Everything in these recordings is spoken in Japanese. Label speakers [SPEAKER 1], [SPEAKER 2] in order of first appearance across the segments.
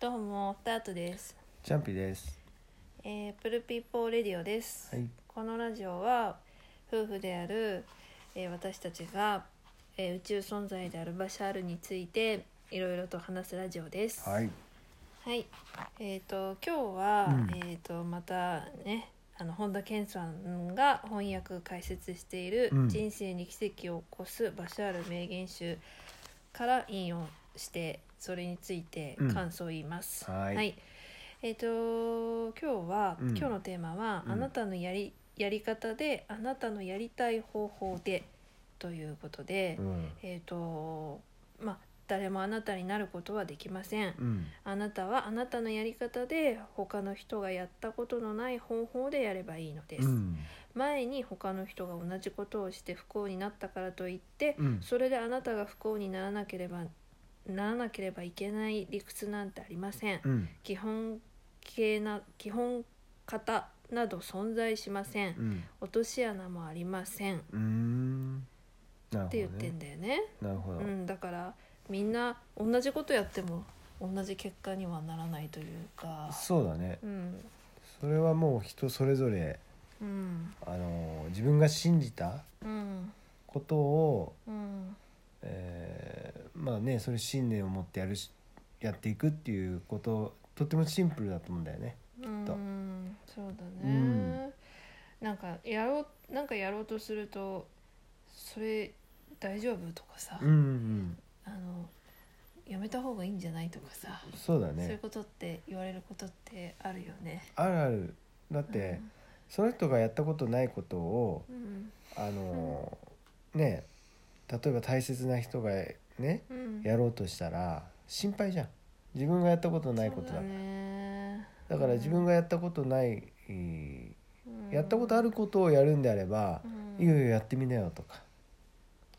[SPEAKER 1] どうもスタートです、
[SPEAKER 2] チャンピです。
[SPEAKER 1] えー、プルピーポーレディオです、
[SPEAKER 2] はい
[SPEAKER 1] このラジオは夫婦である、えー私たちが、えー宇宙存在であるバシャールについていろいろと話すラジオです
[SPEAKER 2] はい。
[SPEAKER 1] はいえっ、と今日は、
[SPEAKER 2] うん
[SPEAKER 1] えっ、とまたねあの本田健さんが翻訳解説している
[SPEAKER 2] う
[SPEAKER 1] 「
[SPEAKER 2] ん
[SPEAKER 1] 人生に奇跡を起こすバシャール名言集」から引用してそれについて感想を言います。
[SPEAKER 2] うんはい
[SPEAKER 1] えっ、と今日は、
[SPEAKER 2] うん
[SPEAKER 1] 今日のテーマは、
[SPEAKER 2] うん
[SPEAKER 1] あなたのやりやり方であなたのやりたい方法で」ということで、
[SPEAKER 2] うん。
[SPEAKER 1] えっ、とまあ誰もあなたになることはできません。
[SPEAKER 2] うん。
[SPEAKER 1] あなたはあなたのやり方で他の人がやったことのない方法でやればいいのです、
[SPEAKER 2] うん。
[SPEAKER 1] 前に他の人が同じことをして不幸になったからといって、
[SPEAKER 2] うん
[SPEAKER 1] それであなたが不幸にならなければならなければいけない理屈なんてありません、
[SPEAKER 2] うん。
[SPEAKER 1] 基本形な基本型など存在しません、
[SPEAKER 2] うん。
[SPEAKER 1] 落とし穴もありませんっ
[SPEAKER 2] うーん。なるほど、ね。
[SPEAKER 1] て言ってんだよね
[SPEAKER 2] なるほど。
[SPEAKER 1] うん、だからみんな同じことやっても同じ結果にはならないというか
[SPEAKER 2] そうだね。
[SPEAKER 1] うん
[SPEAKER 2] それはもう人それぞれ、
[SPEAKER 1] うん
[SPEAKER 2] あのー自分が信じた
[SPEAKER 1] うん
[SPEAKER 2] ことを、
[SPEAKER 1] うん
[SPEAKER 2] えーまあね、それ信念を持ってやるし、やっていくっていうこと、とてもシンプルだと思うんだよね。
[SPEAKER 1] うんそうだ
[SPEAKER 2] う
[SPEAKER 1] ね、
[SPEAKER 2] ん
[SPEAKER 1] なんかやろうなんかやろうとするとそれ大丈夫とかさ、
[SPEAKER 2] うん、うん。
[SPEAKER 1] あのやめた方がいいんじゃないとかさ、
[SPEAKER 2] そうだ
[SPEAKER 1] そういう
[SPEAKER 2] ね。
[SPEAKER 1] ことって言われることってあるよね。
[SPEAKER 2] あるある。だって、その人がやったことないことを、
[SPEAKER 1] うん
[SPEAKER 2] あのーね例えば大切な人がね
[SPEAKER 1] うん、
[SPEAKER 2] やろうとしたら心配じゃん自分がやったことないこと
[SPEAKER 1] そう
[SPEAKER 2] だ
[SPEAKER 1] だね
[SPEAKER 2] だから自分がやったことない、
[SPEAKER 1] うん
[SPEAKER 2] やったことあることをやるんであれば
[SPEAKER 1] う、ん
[SPEAKER 2] いよいよやってみなよとか、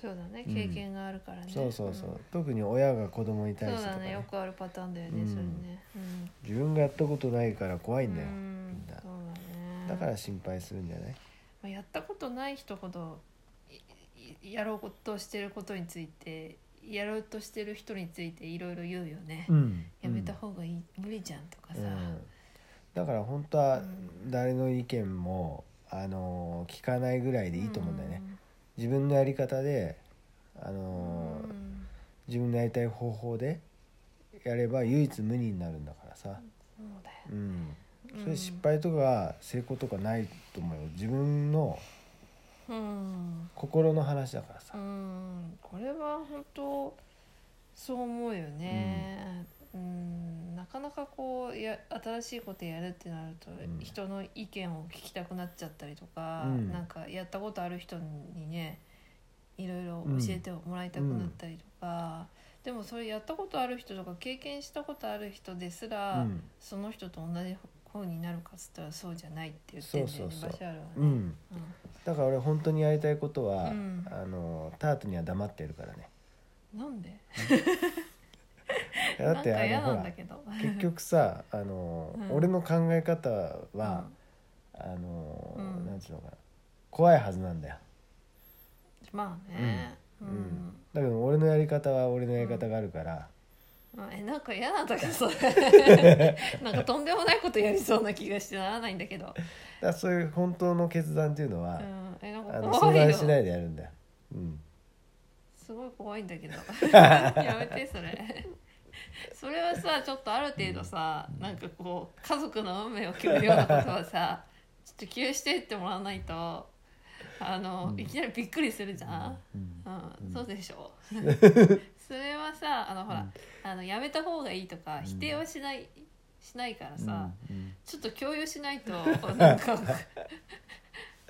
[SPEAKER 1] そうだね
[SPEAKER 2] うん
[SPEAKER 1] 経験があるからね、
[SPEAKER 2] そうそうそう、
[SPEAKER 1] ん
[SPEAKER 2] 特に親が子供に対し
[SPEAKER 1] そ
[SPEAKER 2] て
[SPEAKER 1] う
[SPEAKER 2] と
[SPEAKER 1] だ
[SPEAKER 2] か、
[SPEAKER 1] ね
[SPEAKER 2] ね
[SPEAKER 1] よくあるパターンだよね、
[SPEAKER 2] うん
[SPEAKER 1] それね、うん、
[SPEAKER 2] 自分がやったことないから怖いんだよ、
[SPEAKER 1] う
[SPEAKER 2] みんな
[SPEAKER 1] そうだね
[SPEAKER 2] だか
[SPEAKER 1] ま
[SPEAKER 2] ら心配するんじゃない
[SPEAKER 1] あやったことない人ほどいいやろうとしてることについてやろうとしてる人についていろいろ言うよね、
[SPEAKER 2] ん
[SPEAKER 1] やめた方がいい、無理じゃんとかさ、
[SPEAKER 2] うんだから本当は
[SPEAKER 1] うん
[SPEAKER 2] 誰の意見も、あのー聞かないぐらいでいいと思うんだよね、
[SPEAKER 1] ん
[SPEAKER 2] 自分のやり方で、あのー
[SPEAKER 1] うん
[SPEAKER 2] 自分のやりたい方法でやれば唯一無二になるんだからさ、
[SPEAKER 1] そうだよ
[SPEAKER 2] うん、
[SPEAKER 1] うん
[SPEAKER 2] それ失敗とか成功とかないと思うよ自分の
[SPEAKER 1] うん、
[SPEAKER 2] 心の話だから
[SPEAKER 1] う
[SPEAKER 2] さ、
[SPEAKER 1] ん、これは本当そう思うよね、うんなかなかこうや新しいことやるってなると、
[SPEAKER 2] うん
[SPEAKER 1] 人の意見を聞きたくなっちゃったりとか、
[SPEAKER 2] うん
[SPEAKER 1] なんかやったことある人にねいろいろ教えてもらいたくなったりとか、でもそれやったことある人とか経験したことある人です
[SPEAKER 2] う
[SPEAKER 1] ら、
[SPEAKER 2] ん
[SPEAKER 1] その人と同じ方になるかっつったらそうじゃないって言ってんだよね
[SPEAKER 2] そうそうそう
[SPEAKER 1] バシャールはね。
[SPEAKER 2] うん、
[SPEAKER 1] うん
[SPEAKER 2] だから俺本当にやりたいことは、
[SPEAKER 1] うん
[SPEAKER 2] あのータートには黙ってるからね
[SPEAKER 1] なんで
[SPEAKER 2] だって
[SPEAKER 1] なんか嫌
[SPEAKER 2] あの
[SPEAKER 1] な
[SPEAKER 2] ほ
[SPEAKER 1] ん
[SPEAKER 2] ら
[SPEAKER 1] だけど。
[SPEAKER 2] 結局さあのー、
[SPEAKER 1] うん
[SPEAKER 2] 俺の考え方は、あのー
[SPEAKER 1] うん
[SPEAKER 2] なんていうのかな怖いはずなんだよ
[SPEAKER 1] うんまあね、う
[SPEAKER 2] うんんだけど俺のやり方は俺のやり方があるから、
[SPEAKER 1] まあえなんか嫌なんだけどそれ なんかとんでもないことやりそうな気がしてならないんだけど、
[SPEAKER 2] だからそういう本当の決断っていうの
[SPEAKER 1] う
[SPEAKER 2] は、
[SPEAKER 1] ん、えなん
[SPEAKER 2] あ
[SPEAKER 1] か
[SPEAKER 2] の相
[SPEAKER 1] 怖い
[SPEAKER 2] 談
[SPEAKER 1] よ
[SPEAKER 2] しないでやるんだよ、うん、
[SPEAKER 1] すごい怖いんだ けどやめてそれそれはさちょっとある程度さ、なんかこう家族の運命を決めるようなことはさちょっと気をしてってもらわないとあの、
[SPEAKER 2] うん
[SPEAKER 1] いきなりびっくりするじゃん、
[SPEAKER 2] うん
[SPEAKER 1] う、
[SPEAKER 2] うんん
[SPEAKER 1] そうでし ょそれはさあのほら、あのやめた方がいいとか
[SPEAKER 2] ん
[SPEAKER 1] 否定はしない、しないからさ、
[SPEAKER 2] うん
[SPEAKER 1] ちょっと共有しない となんか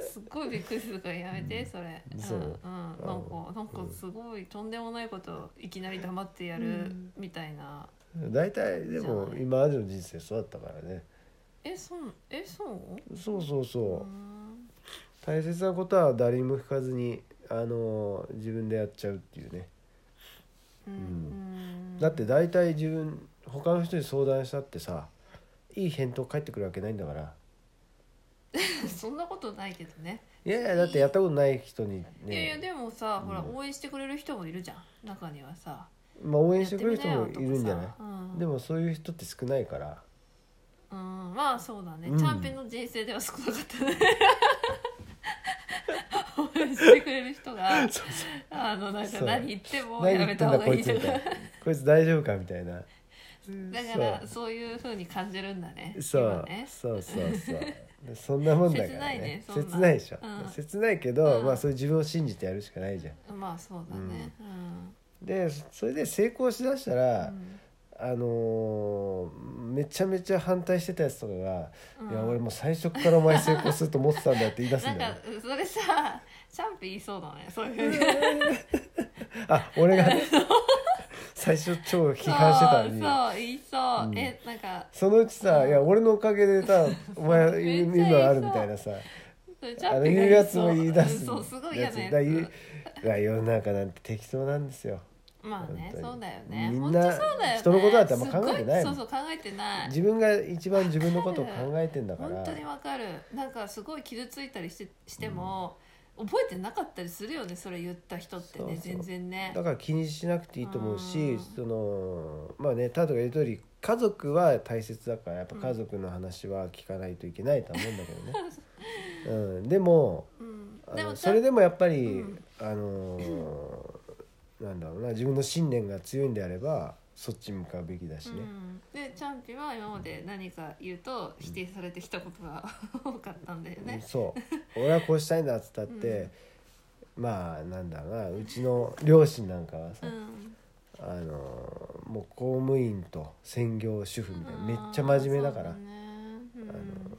[SPEAKER 1] すっごいびっくりするからやめて、
[SPEAKER 2] うん
[SPEAKER 1] それ、
[SPEAKER 2] うん
[SPEAKER 1] ん、
[SPEAKER 2] そうん
[SPEAKER 1] なんかなんかすごいとんでもないこといきなり黙ってやるみたいな、
[SPEAKER 2] うん大体でも
[SPEAKER 1] じゃあ
[SPEAKER 2] 今までの人生そうだったからね
[SPEAKER 1] えそうえそう
[SPEAKER 2] そうそうそう
[SPEAKER 1] う、ん
[SPEAKER 2] 大切なことは誰にも聞かずにあのー自分でやっちゃうっていうね
[SPEAKER 1] うんうん
[SPEAKER 2] だって大体自分他の人に相談したってさいい返答返ってくるわけないんだから
[SPEAKER 1] そん なことないけどね
[SPEAKER 2] いやいやだってやったことない人にね
[SPEAKER 1] いやいやでもさ、ほら
[SPEAKER 2] うん
[SPEAKER 1] 応援してくれる人もいるじゃん中にはさ
[SPEAKER 2] まあ、応援してくれる人もいるんじゃ
[SPEAKER 1] やってみなよとか
[SPEAKER 2] な
[SPEAKER 1] さ
[SPEAKER 2] いでもそういう人って少ないから
[SPEAKER 1] うんまあそうだね、
[SPEAKER 2] うん
[SPEAKER 1] チャンピオンの人生では少なかったね応援してくれる人が
[SPEAKER 2] そうそ
[SPEAKER 1] あのなんか
[SPEAKER 2] そう
[SPEAKER 1] 何言っても
[SPEAKER 2] 何
[SPEAKER 1] や
[SPEAKER 2] 言
[SPEAKER 1] め
[SPEAKER 2] って
[SPEAKER 1] た
[SPEAKER 2] ん
[SPEAKER 1] 方
[SPEAKER 2] だ
[SPEAKER 1] が
[SPEAKER 2] こ
[SPEAKER 1] い
[SPEAKER 2] い
[SPEAKER 1] い
[SPEAKER 2] つ
[SPEAKER 1] と
[SPEAKER 2] み
[SPEAKER 1] か
[SPEAKER 2] たいなこいつ大丈夫かみたいな
[SPEAKER 1] だからそういうふうに感じるんだね
[SPEAKER 2] そう
[SPEAKER 1] 今ね
[SPEAKER 2] そうそうそうでそんなもんだか
[SPEAKER 1] 切
[SPEAKER 2] らね
[SPEAKER 1] ないねそんな
[SPEAKER 2] 切ないでしょ、
[SPEAKER 1] うん
[SPEAKER 2] 切ないけど、
[SPEAKER 1] うん
[SPEAKER 2] まあそういう自分を信じてやるしかないじゃん
[SPEAKER 1] まあそうだねうん、
[SPEAKER 2] でそれで成功しだしたら、あのーめちゃめちゃ反対してたやつとかが「
[SPEAKER 1] うん
[SPEAKER 2] いや俺もう最初からお前成功すると思ってたんだよ」って言い出す
[SPEAKER 1] なんん
[SPEAKER 2] だよ
[SPEAKER 1] か
[SPEAKER 2] ね
[SPEAKER 1] それさチャンピ言いそうだねそういうふうに
[SPEAKER 2] あ俺がね最初超批判してたのに
[SPEAKER 1] そうそう言いそう、
[SPEAKER 2] うん
[SPEAKER 1] えなんか
[SPEAKER 2] そのうちさ「いや俺のおかげで さお
[SPEAKER 1] め
[SPEAKER 2] 前
[SPEAKER 1] っちゃ言いそう
[SPEAKER 2] 今ある」みたいなさ
[SPEAKER 1] それチ
[SPEAKER 2] あ
[SPEAKER 1] ャン
[SPEAKER 2] の
[SPEAKER 1] ピ
[SPEAKER 2] いう
[SPEAKER 1] が
[SPEAKER 2] や
[SPEAKER 1] い
[SPEAKER 2] つ
[SPEAKER 1] そう
[SPEAKER 2] も言い出す
[SPEAKER 1] そうすごい嫌
[SPEAKER 2] やつ
[SPEAKER 1] なや
[SPEAKER 2] だ言う
[SPEAKER 1] つ
[SPEAKER 2] だ世の中なんて適当なんですよ
[SPEAKER 1] まあね
[SPEAKER 2] 本当に
[SPEAKER 1] そうだよね
[SPEAKER 2] みん
[SPEAKER 1] 本当
[SPEAKER 2] な
[SPEAKER 1] そうだよね
[SPEAKER 2] 人のことなんてあんま考えてない
[SPEAKER 1] す
[SPEAKER 2] も
[SPEAKER 1] ご
[SPEAKER 2] ん
[SPEAKER 1] いそうそう考えてない
[SPEAKER 2] 自分が一番自分のことを考えてんだから
[SPEAKER 1] 本当にわかるなんかすごい傷ついたりしてしても、覚えてなかったりするよねそれ言った人ってね
[SPEAKER 2] そうそう
[SPEAKER 1] 全然ね
[SPEAKER 2] だから気にしなくていいと思うし、
[SPEAKER 1] うん
[SPEAKER 2] そのまあねタートが言う通り家族は大切だからやっぱ家族の話は聞かないといけないとは思うん だけどね、うん、でも
[SPEAKER 1] うん
[SPEAKER 2] あ
[SPEAKER 1] で
[SPEAKER 2] の
[SPEAKER 1] も
[SPEAKER 2] それでもやっぱり、
[SPEAKER 1] うん
[SPEAKER 2] あのーなんだろうな自分の信念が強いんであればそっちに向かうべきだし
[SPEAKER 1] う
[SPEAKER 2] ね、
[SPEAKER 1] ん、でチャンピは今まで何か言うと否定されてきたことが多かったんだよね。
[SPEAKER 2] そう 俺はこうしたいんだっつったって、まあなんだろうなうちの両親なんかはさ、
[SPEAKER 1] うん、
[SPEAKER 2] あのーもう公務員と専業主婦みたいなめっちゃ真面目だから
[SPEAKER 1] あーそうね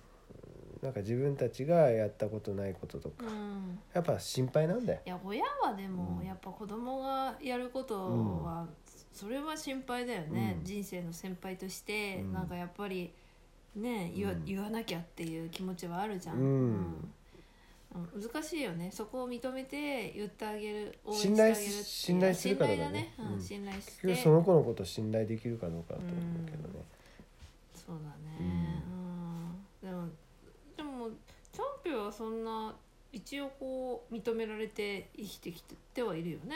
[SPEAKER 2] なんか自分たちがやったことないこととか
[SPEAKER 1] うんうん
[SPEAKER 2] やっぱ心配なんだよ
[SPEAKER 1] いや親はでも
[SPEAKER 2] うん
[SPEAKER 1] やっぱ子供がやることはそれは心配だよね、
[SPEAKER 2] うん
[SPEAKER 1] 人生の先輩として
[SPEAKER 2] うん
[SPEAKER 1] なんかやっぱりね言わ,、
[SPEAKER 2] うん
[SPEAKER 1] 言わなきゃっていう気持ちはあるじゃん、
[SPEAKER 2] うん
[SPEAKER 1] うん難しいよねそこを認めて言ってあげる応援し
[SPEAKER 2] 信
[SPEAKER 1] てあげ
[SPEAKER 2] 頼
[SPEAKER 1] る
[SPEAKER 2] し
[SPEAKER 1] っていう
[SPEAKER 2] 信頼するかど
[SPEAKER 1] 信頼
[SPEAKER 2] うかね
[SPEAKER 1] だね、う、
[SPEAKER 2] うんん
[SPEAKER 1] 信頼し
[SPEAKER 2] 結
[SPEAKER 1] て
[SPEAKER 2] 局その子のことを信頼できるかどうかだと思うけどね、
[SPEAKER 1] そうだね、うんでもでもチャンピオンはそんな一応こう認められて生きてきてはいるよね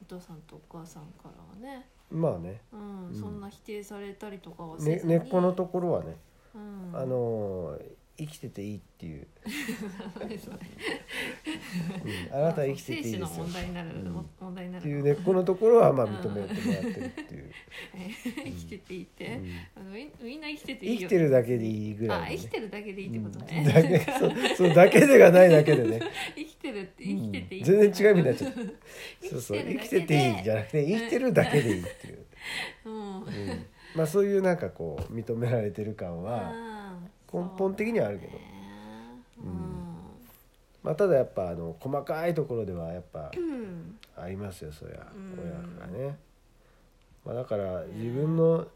[SPEAKER 1] お父さんとお母さんからはね、
[SPEAKER 2] まあね
[SPEAKER 1] うん
[SPEAKER 2] うん
[SPEAKER 1] そんな否定されたりとかはせ
[SPEAKER 2] ね
[SPEAKER 1] ずに、
[SPEAKER 2] 根っこのところはね、
[SPEAKER 1] うん、
[SPEAKER 2] あのー生きてていいっていう、うんあなたは生きてていい
[SPEAKER 1] ま
[SPEAKER 2] で
[SPEAKER 1] あ
[SPEAKER 2] す
[SPEAKER 1] そう生死の問
[SPEAKER 2] よ
[SPEAKER 1] 題になる、
[SPEAKER 2] うん
[SPEAKER 1] も問題にな
[SPEAKER 2] ってい
[SPEAKER 1] る
[SPEAKER 2] う根っこのところはまあ認めてもらってるっていう、
[SPEAKER 1] 生きてていいって
[SPEAKER 2] う、ん
[SPEAKER 1] あのみんみんな生きててい
[SPEAKER 2] 生
[SPEAKER 1] い
[SPEAKER 2] き
[SPEAKER 1] よ
[SPEAKER 2] てるだけでいいぐらいの
[SPEAKER 1] あ
[SPEAKER 2] ね
[SPEAKER 1] 生きてるだけでいいってこと
[SPEAKER 2] う
[SPEAKER 1] ね、
[SPEAKER 2] んだけそうそうだけでがないだけでね、
[SPEAKER 1] 生きてるって
[SPEAKER 2] う
[SPEAKER 1] 生き
[SPEAKER 2] ん
[SPEAKER 1] てていい、
[SPEAKER 2] 全然違う意味になっちゃった そうそう生
[SPEAKER 1] 生
[SPEAKER 2] き
[SPEAKER 1] き
[SPEAKER 2] て
[SPEAKER 1] て
[SPEAKER 2] て
[SPEAKER 1] て
[SPEAKER 2] いいじゃなくて生きてるだけでいいっていう、
[SPEAKER 1] うん
[SPEAKER 2] うんまあそういうなんかこう認められてる感は
[SPEAKER 1] うん
[SPEAKER 2] 根本的にはあるけど
[SPEAKER 1] そうだね
[SPEAKER 2] まあただやっぱあの細かいところではやっぱ
[SPEAKER 1] うん
[SPEAKER 2] ありますよそりゃ
[SPEAKER 1] うん
[SPEAKER 2] 親がね、まあ、だから自分の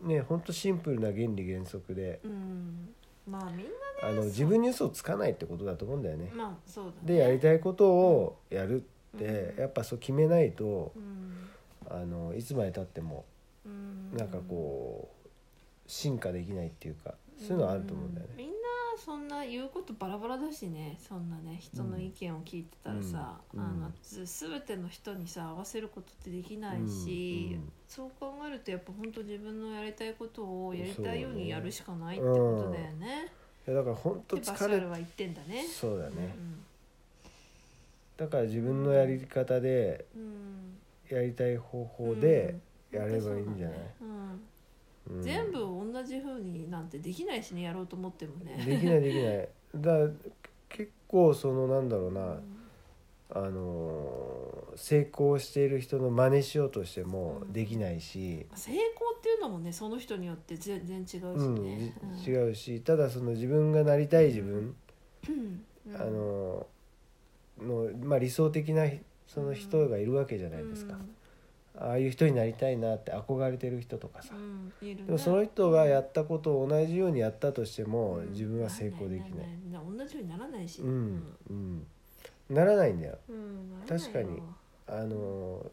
[SPEAKER 2] ねほんとシンプルな原理原則で
[SPEAKER 1] うんまあみんなね
[SPEAKER 2] あの自分に嘘をつかないってことだと思うんだよね
[SPEAKER 1] まあそうだね
[SPEAKER 2] でやりたいことをやるって、
[SPEAKER 1] うん
[SPEAKER 2] やっぱそう決めないと
[SPEAKER 1] うん
[SPEAKER 2] あのいつまでたっても
[SPEAKER 1] うん
[SPEAKER 2] なんかこう進化できないっていうかそういうのはあると思うんだよね
[SPEAKER 1] う、みんなそんな言うことバラバラだしねそんなね人の意見を聞いてたらさ、
[SPEAKER 2] うん
[SPEAKER 1] あ
[SPEAKER 2] う
[SPEAKER 1] の
[SPEAKER 2] ん
[SPEAKER 1] す全ての人にさ合わせることってできないし、
[SPEAKER 2] うんうん
[SPEAKER 1] そう考えるとやっぱ本当自分のやりたいことをやりたいよう
[SPEAKER 2] そうだね
[SPEAKER 1] にやるしかないってことだよね。
[SPEAKER 2] いやだから本当
[SPEAKER 1] でバシ
[SPEAKER 2] 疲
[SPEAKER 1] ャ
[SPEAKER 2] れ
[SPEAKER 1] ールは言ってんだね。
[SPEAKER 2] そうだね、
[SPEAKER 1] うん
[SPEAKER 2] だから自分のやり方で
[SPEAKER 1] うん
[SPEAKER 2] やりたい方法でやればいいんじゃない、
[SPEAKER 1] うん
[SPEAKER 2] うん
[SPEAKER 1] 全部同じ風になんてできないしねやろうと思ってもね
[SPEAKER 2] できないできないだから結構そのなんだろうな、あのー成功している人の真似しようとしてもできないし、
[SPEAKER 1] 成功っていうのもねその人によって全然違うしね、
[SPEAKER 2] うんじ
[SPEAKER 1] うん
[SPEAKER 2] 違うしただその自分がなりたい自分、
[SPEAKER 1] うん
[SPEAKER 2] あのーの、まあ、理想的なその人がいるわけじゃないですか、ああいう人になりたいなって憧れてる人とかさ、
[SPEAKER 1] うんうんいるね
[SPEAKER 2] でもその人がやったことを同じようにやったとしても、
[SPEAKER 1] うん
[SPEAKER 2] 自分は成功できない。
[SPEAKER 1] なら同じようにならないし
[SPEAKER 2] うんうん、ならないんだよ
[SPEAKER 1] うんならないよ
[SPEAKER 2] 確かにあのー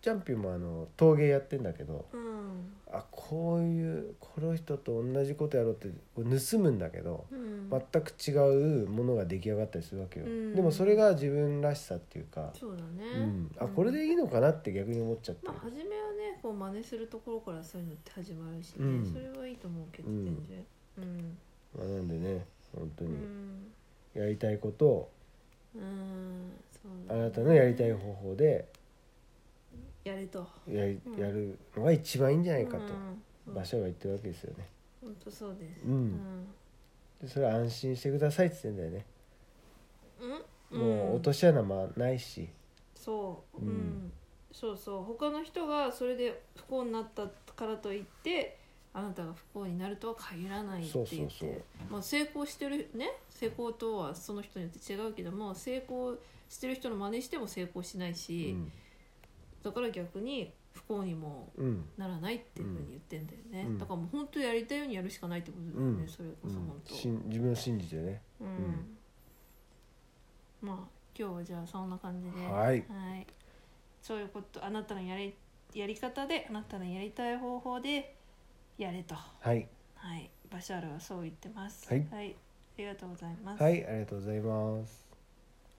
[SPEAKER 2] チャンピオンもあの陶芸やってんだけど
[SPEAKER 1] うん
[SPEAKER 2] あこういうこの人と同じことやろうってこう盗むんだけど
[SPEAKER 1] うん
[SPEAKER 2] 全く違うものが出来上がったりするわけよ、
[SPEAKER 1] うん
[SPEAKER 2] でもそれが自分らしさっていうか、
[SPEAKER 1] そうだね
[SPEAKER 2] う、ん、あこれでいいのかなって逆に思っちゃって
[SPEAKER 1] ま
[SPEAKER 2] る
[SPEAKER 1] あ、初めはねこう真似するところからそういうのって始まるしね、
[SPEAKER 2] うん
[SPEAKER 1] それはいいと思うけど
[SPEAKER 2] うん
[SPEAKER 1] 全然うん
[SPEAKER 2] まあ、なんでね本当
[SPEAKER 1] う
[SPEAKER 2] に
[SPEAKER 1] ん、
[SPEAKER 2] やりたいことを
[SPEAKER 1] うんそう
[SPEAKER 2] あ
[SPEAKER 1] だね
[SPEAKER 2] なたのやりたい方法で
[SPEAKER 1] やれと
[SPEAKER 2] やり
[SPEAKER 1] うん
[SPEAKER 2] やるのが一番いいんじゃないか
[SPEAKER 1] う
[SPEAKER 2] と
[SPEAKER 1] ん
[SPEAKER 2] 馬車が言ってるわけですよね。
[SPEAKER 1] 本当そうです
[SPEAKER 2] う、
[SPEAKER 1] うんん、
[SPEAKER 2] でそれは安心してくださいって言ってんだよね。
[SPEAKER 1] うん、
[SPEAKER 2] もう落と
[SPEAKER 1] し
[SPEAKER 2] し穴もないし、
[SPEAKER 1] そう、う
[SPEAKER 2] うんん
[SPEAKER 1] そうそう他の人がそれで不幸になったからといってあなたが不幸になるとは限らないって言って
[SPEAKER 2] そうそうそう
[SPEAKER 1] まあ、成功してるね成功とはその人によって違うけども成功してる人の真似しても成功しないうし、
[SPEAKER 2] ん、
[SPEAKER 1] だから逆に不幸にも
[SPEAKER 2] うん、
[SPEAKER 1] ならないっていうふうに言ってんだよね、
[SPEAKER 2] うん
[SPEAKER 1] だからもう本当やりたいようにやるしかないってことだよね、
[SPEAKER 2] うん
[SPEAKER 1] それこ
[SPEAKER 2] う
[SPEAKER 1] そ
[SPEAKER 2] ん
[SPEAKER 1] 本当、
[SPEAKER 2] しん自分を信じてね。
[SPEAKER 1] うんまあ今日はじゃあそんな感じでは
[SPEAKER 2] はい
[SPEAKER 1] いそういうことあなたのやりやり方であなたのやりたい方法でやれと
[SPEAKER 2] はい、
[SPEAKER 1] はいバシャールはそう言ってます
[SPEAKER 2] はい
[SPEAKER 1] ありがとうございます
[SPEAKER 2] はい、ありがとうございます。